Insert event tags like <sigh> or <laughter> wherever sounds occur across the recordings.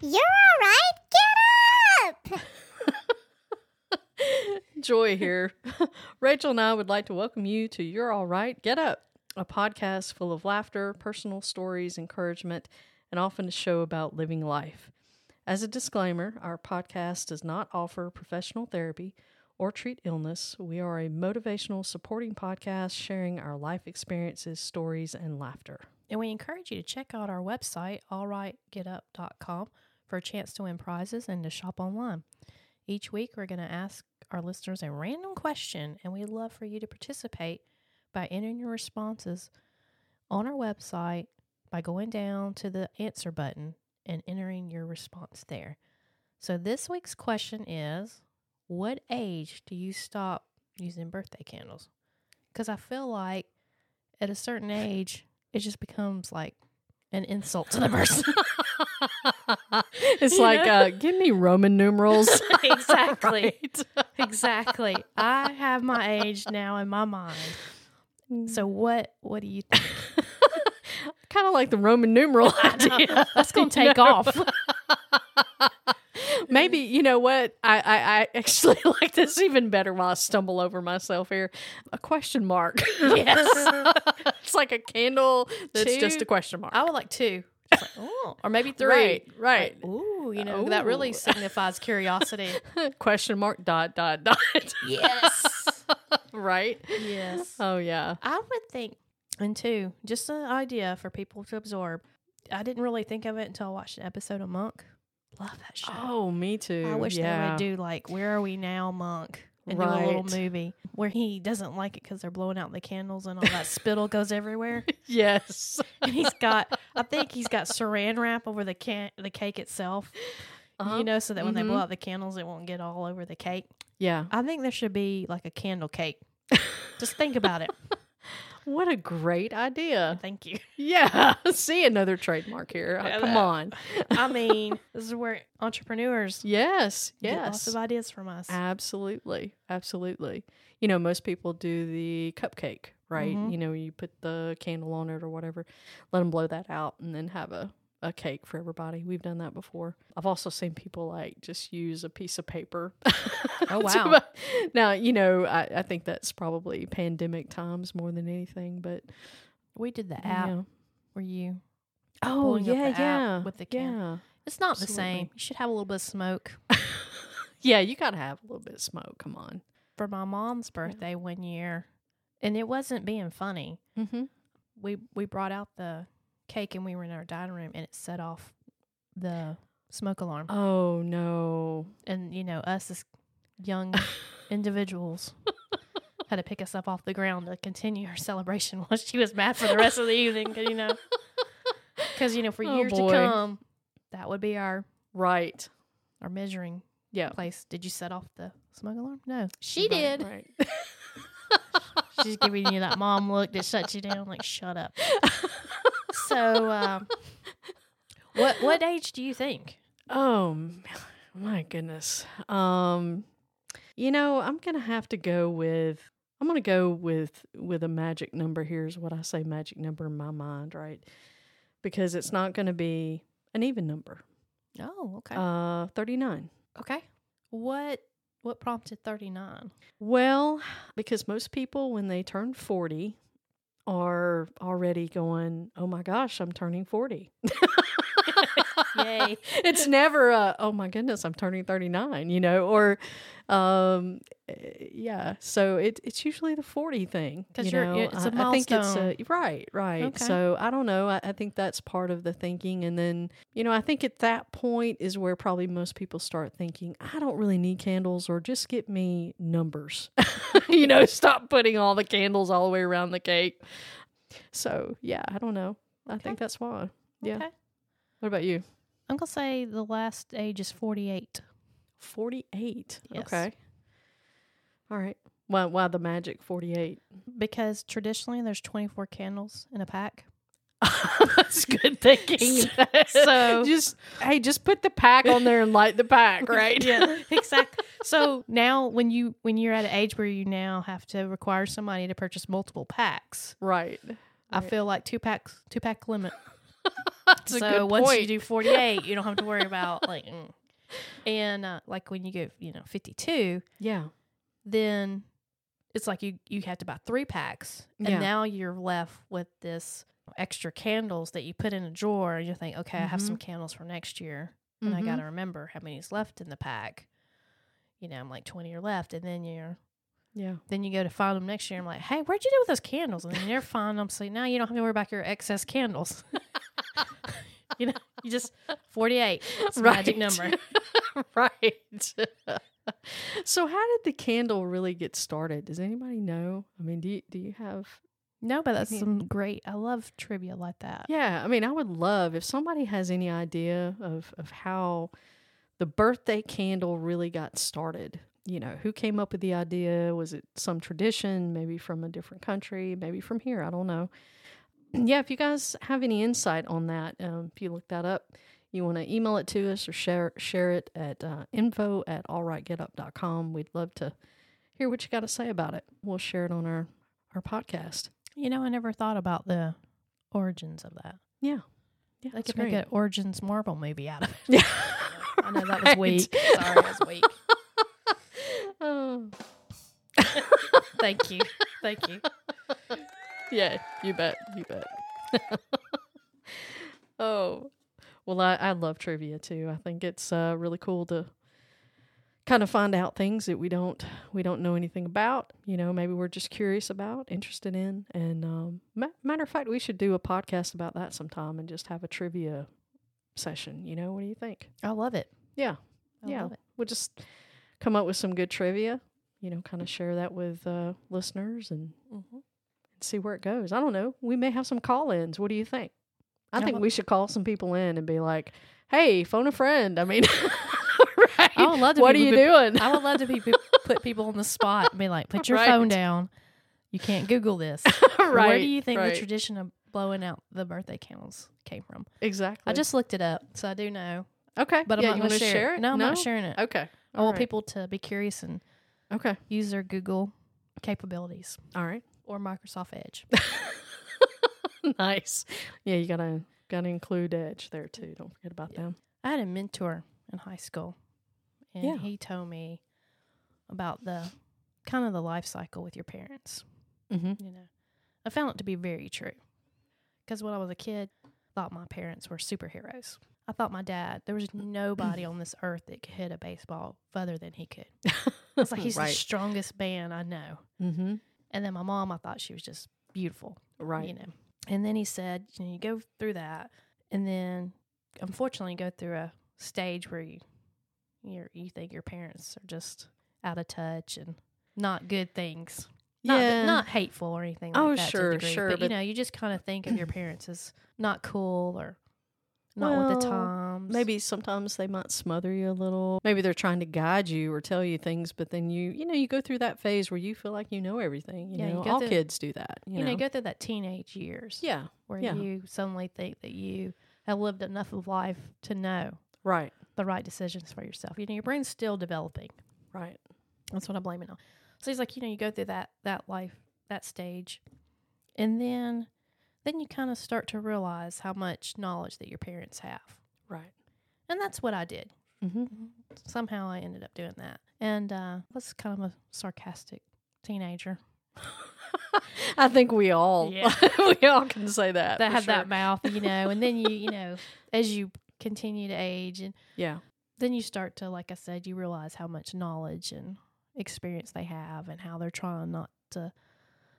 You're all right. Get up. Joy here. <laughs> Rachel and I would like to welcome you to You're All Right, Get Up, a podcast full of laughter, personal stories, encouragement, and often a show about living life. As a disclaimer, our podcast does not offer professional therapy or treat illness. We are a motivational, supporting podcast sharing our life experiences, stories, and laughter. And we encourage you to check out our website, allrightgetup.com, for a chance to win prizes and to shop online. Each week, we're going to ask our listeners a random question, and we'd love for you to participate by entering your responses on our website by going down to the answer button and entering your response there. So, this week's question is What age do you stop using birthday candles? Because I feel like at a certain age, it just becomes like an insult to <laughs> the person. it's like, Yeah. uh, give me Roman <laughs> numerals. exactly. <laughs> Right. Exactly. I have my age now in my mind. So what what do <laughs> you think? kind of like the Roman numeral <laughs> idea. <laughs> That's gonna You take know? off. Maybe you know what I, I <laughs> I actually like this even better while I stumble over myself here. A question mark. <laughs> <laughs> Yes. it's like a candle that's Two- just a question mark. <laughs> I would like two. It's like, oh, <laughs> or maybe three. Right, right. Ooh, <laughs> you know, that really Ooh. signifies curiosity. <laughs> question mark dot dot <laughs> dot. yes. right. Yes. Oh yeah. <laughs> I would think and two, just an idea for people to absorb. I didn't really think of it until I watched an episode of Monk. Love that show. Oh, me too. I wish yeah. they would do like "Where Are We Now, Monk?" and do a little Right. movie where he doesn't like it because they're blowing out the candles and all that spittle goes everywhere. <laughs> Yes. And he's got, I think he's got Saran wrap over the can the cake itself, Uh-huh. you know, so that when they blow Mhm. out the candles, it won't get all over the cake. Yeah. <laughs> I think there should be like a candle cake. Just think about <laughs> it. What a great idea. <laughs> Thank you. Yeah. <laughs> See another trademark here. Uh, Yeah, Come that- on. I mean, this is where entrepreneurs Yes. get Yes. lots of ideas from us. Absolutely. Absolutely. You know, most people do the cupcake, right? Mhm. You know, you put the candle on it or whatever, let them blow that out and then have a, a cake for everybody. We've done that before. I've also seen people like just use a piece of paper. <laughs> Oh, to- wow. <laughs> now, you know, I, I think that's probably pandemic times more than anything, but We did the yeah. app where you, Oh, pulling up yeah, the app yeah. with the yeah. candle. it's not the Absolutely. same. You should have a little bit of smoke. Yeah, you got to have a little bit of smoke. Come on. for my mom's birthday one year, and it wasn't being funny. Mm-hmm. We we brought out the cake and we were in our dining room, and it set off the smoke alarm. Oh, no. And you know, us as young individuals had to pick us up off the ground to continue our celebration <laughs> while she was mad for the rest of the evening. 'cause, you know, because you know, for Oh, years boy. to come, that would be our Right. our measuring Yeah. place. Did you set off the smoke alarm? No, she Right, did. Right. She's giving you that mom look that shuts you down, like shut up. So, um, what what age do you think? Oh m- my goodness. Um you know, I'm going to have to go with I'm going to go with with a magic number here is what I say magic number in my mind, right? Because it's not going to be an even number. Oh, okay, Uh 39. okay. What what prompted thirty nine? Well, because most people when they turn 40 are already going, "Oh my gosh, I'm turning 40." Yay! it's never a oh my goodness i'm turning 39 you know or um eh, yeah so it, it's usually the 40 thing 'Cause you you're- know it's a I- I think it's milestone. a, right right Okay. so i don't know I, I think that's part of the thinking and then you know i think at that point is where probably most people start thinking i don't really need candles or just get me numbers <laughs> you <laughs> know stop putting all the candles all the way around the cake so yeah i don't know i Okay. think that's why Yeah. Okay. what about you <laughs> I'm gonna say the last age is forty eight. 48. Yes. Okay. All right. Why, why the magic 48? Because traditionally there's 24 candles in a <laughs> pack. That's good thinking. <laughs> So- just, hey, just put the pack on there and light the <laughs> pack, right? yeah, exactly. So now when you when you're at an age where you now have to require somebody to purchase multiple packs, Right. I feel like two packs two pack limit. <laughs> That's a so good once point. you do 48, you don't have to worry about like, mm. and uh, like when you go, you know, 52, yeah. then it's like you you have to buy three packs, and Yeah. now you're left with this extra candles that you put in a drawer, and you think, okay, I have some Mm-hmm. candles for next year, and I Mhm. got to remember how many's left in the pack. You know, I'm like 20 are left, and then you're Yeah. then you go to find them next year. I'm like, hey, where'd you do with those candles? And then you never find them. So now you don't have to worry about your excess candles. you know, <laughs> you just 48. It's a magic <laughs> number. right. <laughs> so how did the candle really get started? Does anybody know? I mean, do you, do you have No, but that's mean- some great. I love trivia like that. Yeah, I mean, I would love if somebody has any idea of of how the birthday candle really got started. You know, who came up with the idea? Was it some tradition, maybe from a different country, maybe from here? I don't know. <clears throat> Yeah, if you guys have any insight on that, um, if you look that up, you want to email it to us or share share it at uh, info at allrightgetup.com. We'd love to hear what you got to say about it. We'll share it on our our podcast. You know, I never thought about the origins of that. Yeah, yeah, They that's could make great. an Origins Marvel movie out of it. Yeah. <laughs> I know that was <laughs> weak. Sorry, that was weak. Oh. Thank you. Thank you. Yeah, you bet. You bet. <laughs> oh. Well, I, I love trivia too. I think it's uh, really cool to kind of find out things that we don't we don't know anything about. You know, maybe we're just curious about, interested in. And um, ma- matter of fact, we should do a podcast about that sometime and just have a trivia session. You know, what do you think? I love it. Yeah, I yeah. love it. We'll just come up with some good trivia. You know, kind of share that with uh, listeners and Mm-hmm. and see where it goes. I don't know. We may have some call ins. What do you think? I Yeah, think well- we should call some people in and be like, hey, phone a friend. I mean, <laughs> right? I would love to what are be you with- doing? I <laughs> would love to <laughs> be, put people on the spot and be like, put your Right. phone down. You can't Google <laughs> this. right. Where do you think right. the tradition of blowing out the birthday candles came from? Exactly. I just looked it up, so I do know. okay. But yeah, I'm you not going to wanna share, it. No, I'm not sharing it. Okay. I want Alright. people to be curious and Okay. use their Google capabilities All <laughs> right. or Microsoft Edge. nice. Yeah, you gotta gotta include Edge there too. Don't forget about them. <laughs> I had a mentor in high school, and Yeah. he told me about the kind of the life cycle with your parents. <laughs> Mm-hmm. you know i found it to be very true because when i was a kid I thought my parents were superheroes i thought my dad there <clears throat> was nobody on this earth that could hit a baseball further than he <laughs> could it's like he's the right. strongest man i know Mm-hmm. and then my mom i thought she was just beautiful Right. you know and then he said you know you go through that and then unfortunately you go through a stage where you you're, you think your parents are just out of touch and not good things not, yeah. not hateful or anything like Oh, that. to a sure, degree, sure, But, but- you know, you just kind of think <clears throat> of your parents as not cool or not with the Well, times. Maybe sometimes they might smother you a little. Maybe they're trying to guide you or tell you things, but then you, you know, you go through that phase where you feel like you know everything. You Yeah, you know, go all through- kids do that. You, you know, know, you go through that teenage years yeah, where yeah. you suddenly think that you have lived enough of life to know right, the right decisions for yourself. You know, your brain's still developing. right, That's what I blame it on. So he's like, you know, you go through that that life, that stage, and then then you kind of start to realize how much knowledge that your parents have. right. And that's what I did. Mm-hmm. somehow I ended up doing that. And uh, I was kind of a sarcastic teenager I think we all, Yeah. <laughs> we all can say that. that Uh, for had sure. that mouth, you know. And then you, <laughs> you know, as you continue to age, and Yeah, then you start to, like I said, you realize how much knowledge and experience they have, and how they're trying not to.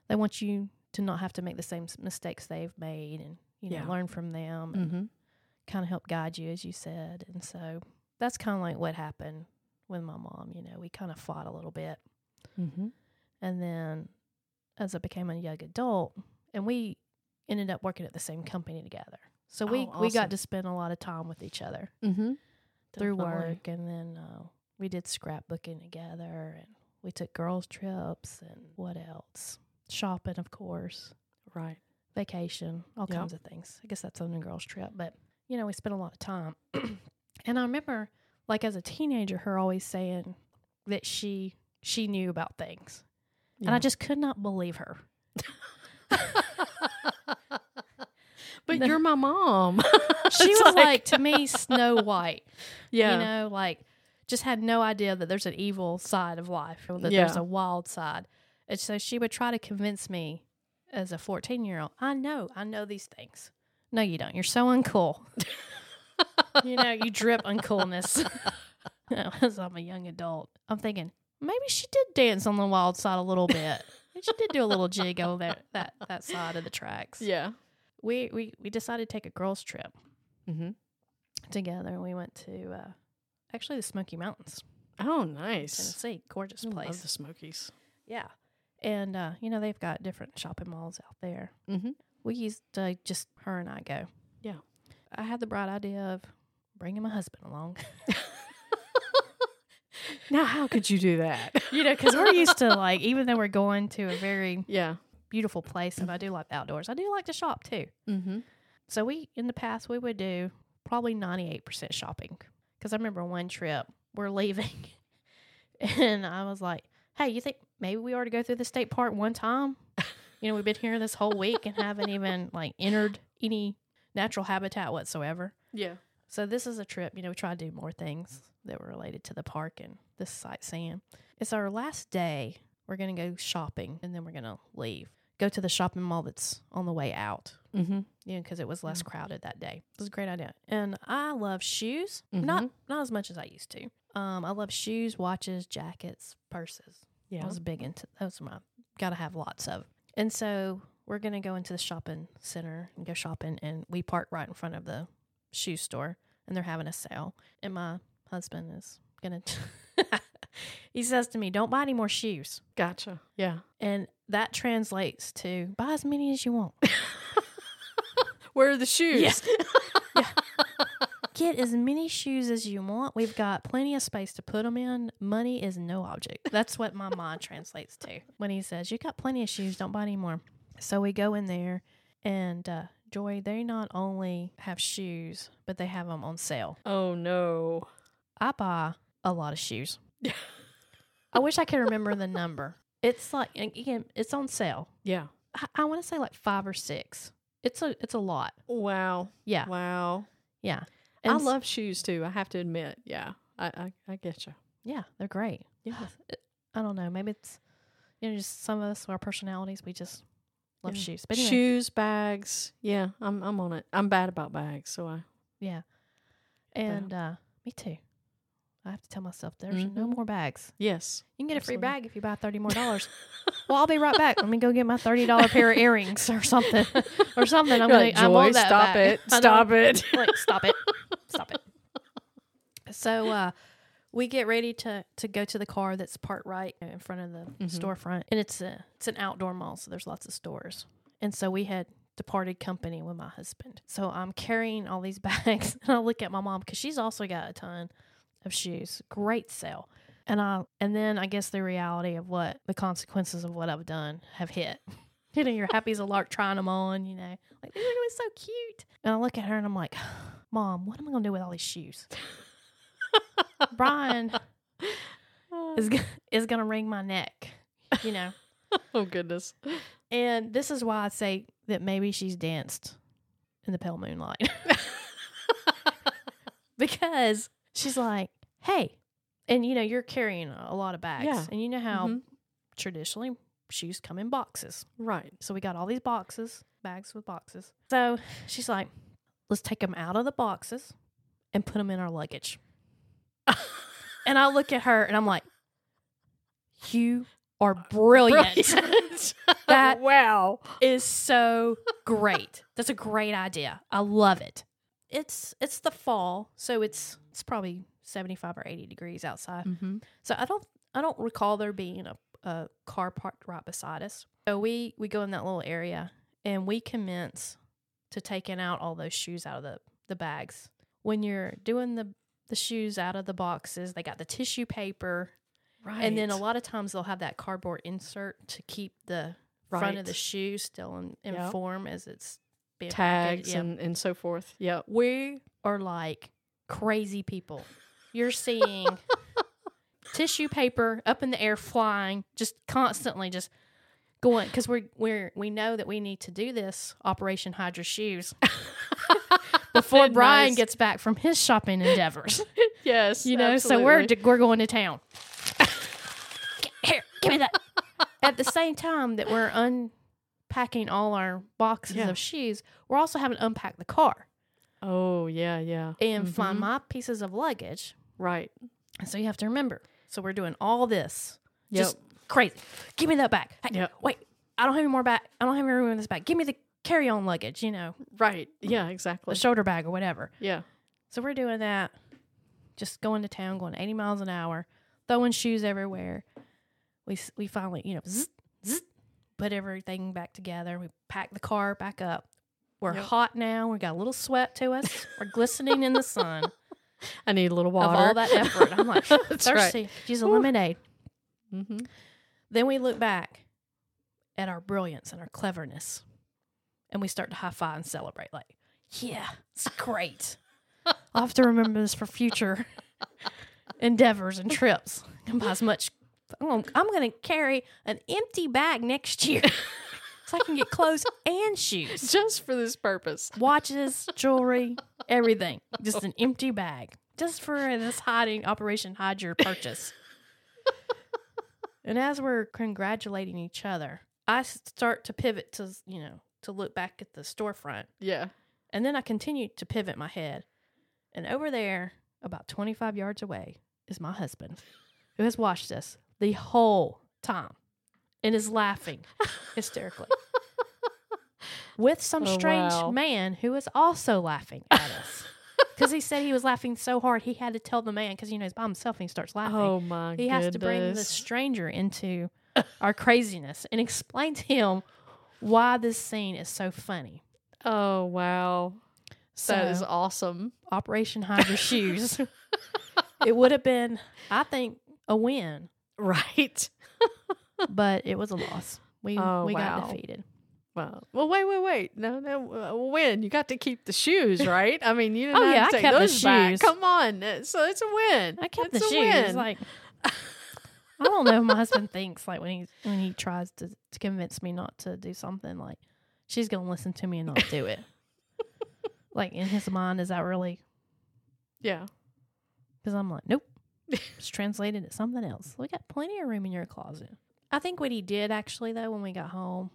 They want you to not have to make the same s- mistakes they've made, and you know, Yeah. learn from them, and mm-hmm. kind of help guide you, as you said. And so that's kind of like what happened with my mom. You know, we kind of fought a little bit. Mm-hmm. And then as I became a young adult, and we ended up working at the same company together. So we, Oh, we awesome. got to spend a lot of time with each other Mm-hmm. through work. And then uh, we did scrapbooking together and we took girls' trips and what else? Shopping, of course, right? vacation, all Yep. kinds of things. I guess that's on a girls' trip. But, you know, we spent a lot of time. <clears throat> and I remember, like, as a teenager, her always saying that she she knew about things and I Yeah. <laughs> just could not believe her. but But <laughs> No. you're my mom. <laughs> she It's was like, to me Snow White. yeah, You know, like just had no idea that there's an evil side of life or that there's Yeah. a wild side. And so she would try to convince me as a 14 year old, I know, I know these things. No, you don't. You're so uncool. <laughs> you know, you drip uncoolness. <laughs> As I'm a young adult, I'm thinking maybe she did dance on the wild side a little bit. Maybe she did do a little jig on that that, that side of the tracks. yeah. We, we we decided to take a girls' trip Mm-hmm. together. We went to uh, actually the Smoky Mountains, Oh, nice. Tennessee. Gorgeous I love place. the Smokies. Yeah. And, uh, you know, they've got different shopping malls out there. Mhm. We used to just, her and I go. Yeah. I had the bright idea of bringing my husband along. <laughs> Now, how could you do that? <laughs> you <laughs> know, because we're used to, like, even though we're going to a very yeah. beautiful place, and I do like the outdoors, I do like to shop too. Mm-hmm. So we in the past we would do probably 98% shopping cuz I remember one trip we're leaving <laughs> and I was like, "Hey, you think maybe we ought to go through the state park one time? You know, we've been here this whole week and haven't even like entered any natural habitat whatsoever." Yeah. So this is a trip, you know, we try to do more things that were related to the park and this sightseeing. It's our last day. We're going to go shopping and then we're going to leave. Go to the shopping mall that's on the way out Mm-hmm. you know, because it was less crowded that day. It was a great idea, and I love shoes, not not as much as I used to. Um, I love shoes, watches, jackets, purses. Yeah. I was big into those. Are my gotta have lots of. And so we're gonna go into the shopping center and go shopping, and we park right in front of the shoe store, and they're having a sale. And my husband is gonna, <laughs> he says to me, "Don't buy any more shoes." Gotcha. Yeah. And that translates to buy as many as you want. Where are the shoes? get as many shoes as you want. We've got plenty of space to put them in. Money is no object. That's what my <laughs> mind translates to when he says, You got plenty of shoes, don't buy any more. So we go in there, and uh, Joy, they not only have shoes, but they have them on sale. <laughs> Oh no. I buy a lot of shoes. I wish I could remember the number. It's like, and again, it's on sale. Yeah. I, I want to say like five or six. It's a it's a lot. Wow. Yeah. Wow. Yeah. I And s- love shoes too. I have to admit. Yeah. I I, I get you. Yeah, they're great. Yeah. I don't know. Maybe it's you know just some of us our personalities. We just love Yeah. shoes. But anyway, Shoes, bags. Yeah. I'm I'm on it. I'm bad about bags, so I. yeah, um, and uh, me too. I have to tell myself there's no Mhm. more bags. <laughs> Yes. You can get a free Absolutely. bag if you buy thirty <laughs> more dollars. well, I'll be right back. Let me go get my thirty dollar pair of earrings <laughs> or something or something. I'm You're gonna like, I "Joy, want that stop back." it. <laughs> I know. Stop it. like stop it stop it <laughs> so uh we get ready to to go to the car that's parked right in front of the Mhm. storefront and it's a it's an outdoor mall so there's lots of stores and so we had departed company with my husband so i'm carrying all these <laughs> bags and i look at my mom because she's also got a ton of shoes great sale and i and then i guess the reality of what the consequences of what i've done have hit <laughs> you know, you're happy as a lark trying them on, you know. Like, these are gonna be so cute. And I look at her and I'm like, <sighs> Mom, what am I gonna do with all these shoes? Brian is, go- is gonna wring my neck, you know. Oh goodness. And this is why I say that maybe she's danced in the pale moonlight. <laughs> because she's like, hey, and you know, you're carrying a lot of bags. Yeah. And you know how Mhm. traditionally shoes come in boxes. Right. So we got all these boxes, bags with boxes. So she's like, let's take them out of the boxes and put them in our luggage. and I look at her and I'm like, you are brilliant. <laughs> That- wow. is so great. That's a great idea. I love it. It's it's the fall, so it's it's probably 75 or 80 degrees outside. Mm-hmm. So I don't I don't recall there being a, a car parked right beside us. So we we go in that little area and we commence to taking out all those shoes out of the the bags. When you're doing the the shoes out of the boxes, they got the tissue paper, Right. and then a lot of times they'll have that cardboard insert to keep the front of the Right. shoe still in, in Yep. form as it's being packaged. tags Yeah. and and so forth. Yeah. we are like crazy people. <laughs> You're seeing tissue paper up in the air flying, just constantly, just going because we're we're we know that we need to do this Operation Hide Your <laughs> Shoes before Brian Nice. gets back from his shopping <laughs> endeavors. Yes, You know, so we're absolutely. d- we're going <laughs> to town. Get- Here, give me that. At the same time that we're unpacking all our boxes Yeah. of shoes, we're also having to unpack the car Oh yeah, yeah. and find Mhm. my pieces of luggage. Right. And so you have to remember. So we're doing all this. Yep. Just crazy. Give me that back. Hey, Yep. Wait, I don't have any more back. I don't have any room in this bag. Give me the carry on luggage, you know, Right. Yeah. the Exactly. shoulder bag or whatever. yeah. So we're doing that. Just going to town, going 80 miles an hour, throwing shoes everywhere. We, s- we finally, you know, zzz, zzz, put everything back together. We pack the car back up. We're Yep. hot now. We got a little sweat to us. We're glistening in the sun I need a little water. of all that effort. I'm like, <laughs> That's right. thirsty. She's a Whew. lemonade. Mm-hmm. Then we look back at our brilliance and our cleverness and we start to high five and celebrate. Like, yeah, it's great. I'll have to remember this for future endeavors and trips. Can buy as much. I'm gonna- I'm going to carry an empty bag next year so I can get clothes and shoes, <laughs> Just for this purpose. watches, jewelry, everything. Just an empty bag just for this hiding operation, hide your purchase. And as we're congratulating each other, I s- start to pivot to, you know, to look back at the storefront. Yeah. And then I continue to pivot my head. And over there, about 25 yards away, is my husband who has watched this the whole time and is laughing <laughs> hysterically with some Oh, strange wow. man who is also laughing at <laughs> us. Because he said he was laughing so hard, he had to tell the man, because, you know, he's by himself and he starts laughing Oh my he has to bring the goodness. stranger <laughs> into our craziness and explain to him why this scene is so funny. Oh wow. So that is <laughs> awesome. Operation Hide <laughs> Your Shoes. it would have been, I think, <laughs> a win, Right. but it was a loss. We Oh, we wow. got defeated. Wow. Well, wait, wait, wait. No, no. Uh, win. You got to keep the <laughs> shoes, right? I mean, you didn't Oh, have yeah, I to take kept the those back. shoes. Come on. Uh, So it's a win. I kept It's the a shoes. Win. <laughs> Like I don't know. What my husband thinks like when he when he tries to, to convince me not to do something, like she's gonna listen to me and not <laughs> do it. like in his mind, is that really yeah. Because I'm like, nope. it's translated to something else. We got plenty of room in your closet. I think what he did actually though when we got home,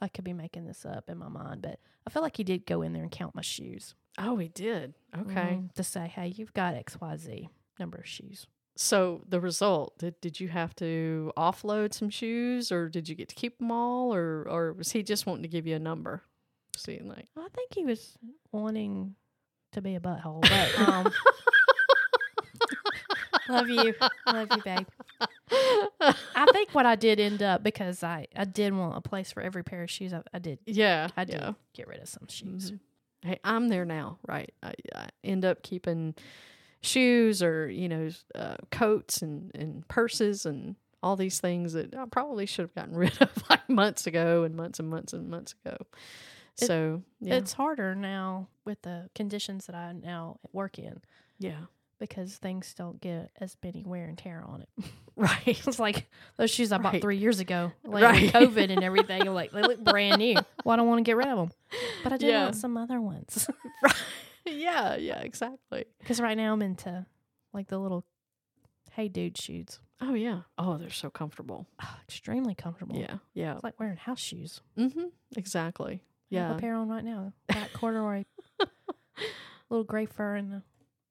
I could be making this up in my mind, but I feel like he did go in there and count my shoes. Oh, he did. Okay. Mhm. To say, hey, you've got X Y Z number of shoes. So the result did did you have to offload some shoes, or did you get to keep them all, or or was he just wanting to give you a number? Seeing like, <laughs> I think he was wanting to be a butthole, <laughs> but um, love you, love you, babe. I think what I did end up because I I did want a place for every pair of shoes. I, I did yeah, I did yeah. get rid of some shoes. Mhm. Hey, I'm there now, right? I, I end up keeping shoes or you know s- uh, coats and and purses and all these things that I probably should have gotten <laughs> rid of like months ago and months and months and months ago. It- so yeah, It's harder now with the conditions that I now work in <laughs> yeah, because things don't get as many wear and tear on it. <laughs> right. It's like those shoes I bought Right. three years ago, like Right. COVID and everything. <laughs> Like they look brand new. Well, I don't want to get rid of them, but I do Yeah. want some other ones <laughs> yeah, yeah, exactly. because right now I'm into like the little hey dude shoes. Oh yeah. Oh, they're so comfortable. Ah, extremely comfortable. Yeah, yeah. it's like wearing house shoes. Mm-hmm. Exactly. I have Yeah. a pair on right now, black <laughs> corduroy, little gray fur in the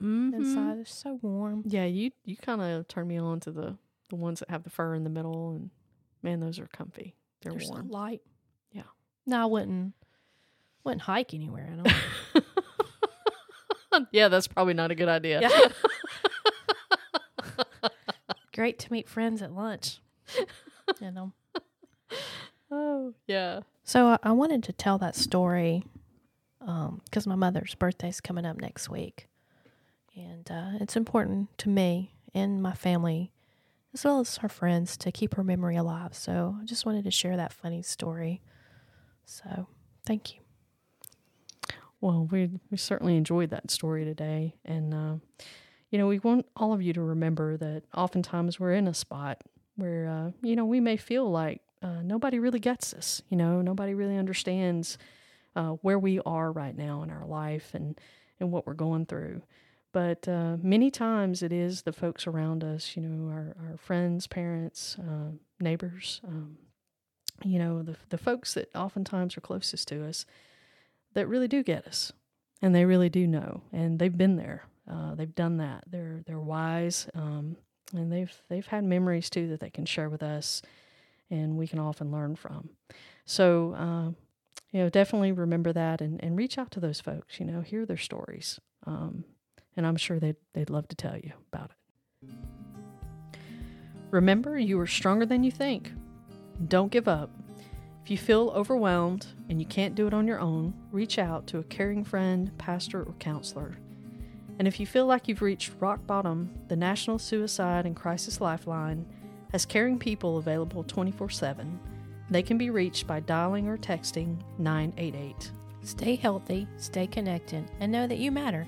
Mhm. inside. It's so warm. Yeah, you you kind of turned me on to the the ones that have the fur in the middle, and man, those are comfy. They're There's warm. light. Yeah. No, I wouldn't. Wouldn't hike anywhere. I don't. yeah, that's probably not a good idea. <laughs> Great to meet friends at lunch. you know. Oh, yeah. So I, I wanted to tell that story because my mother's birthday's coming up next week, and uh, it's important to me and my family, as well as her friends, to keep her memory alive. So I just wanted to share that funny story. So thank you. Well, we we certainly enjoyed that story today, and uh, you know we want all of you to remember that oftentimes we're in a spot where uh, you know we may feel like uh, nobody really gets this. You know, nobody really understands uh, where we are right now in our life and and what we're going through. But uh, many times it is the folks around us, you know, our, our friends, parents, uh, neighbors, um, you know, the, the folks that oftentimes are closest to us that really do get us and they really do know and they've been there. Uh, they've done that. They're they're wise um, and they've they've had memories too that they can share with us and we can often learn from. So, um, you know, definitely remember that and, and reach out to those folks, you know, hear their stories. Um, and I'm sure they'd, they'd love to tell you about it. Remember, you are stronger than you think. Don't give up. If you feel overwhelmed and you can't do it on your own, reach out to a caring friend, pastor, or counselor. And if you feel like you've reached rock bottom, the National Suicide and Crisis Lifeline has caring people available 24 7. They can be reached by dialing or texting 988. Stay healthy, stay connected, and know that you matter.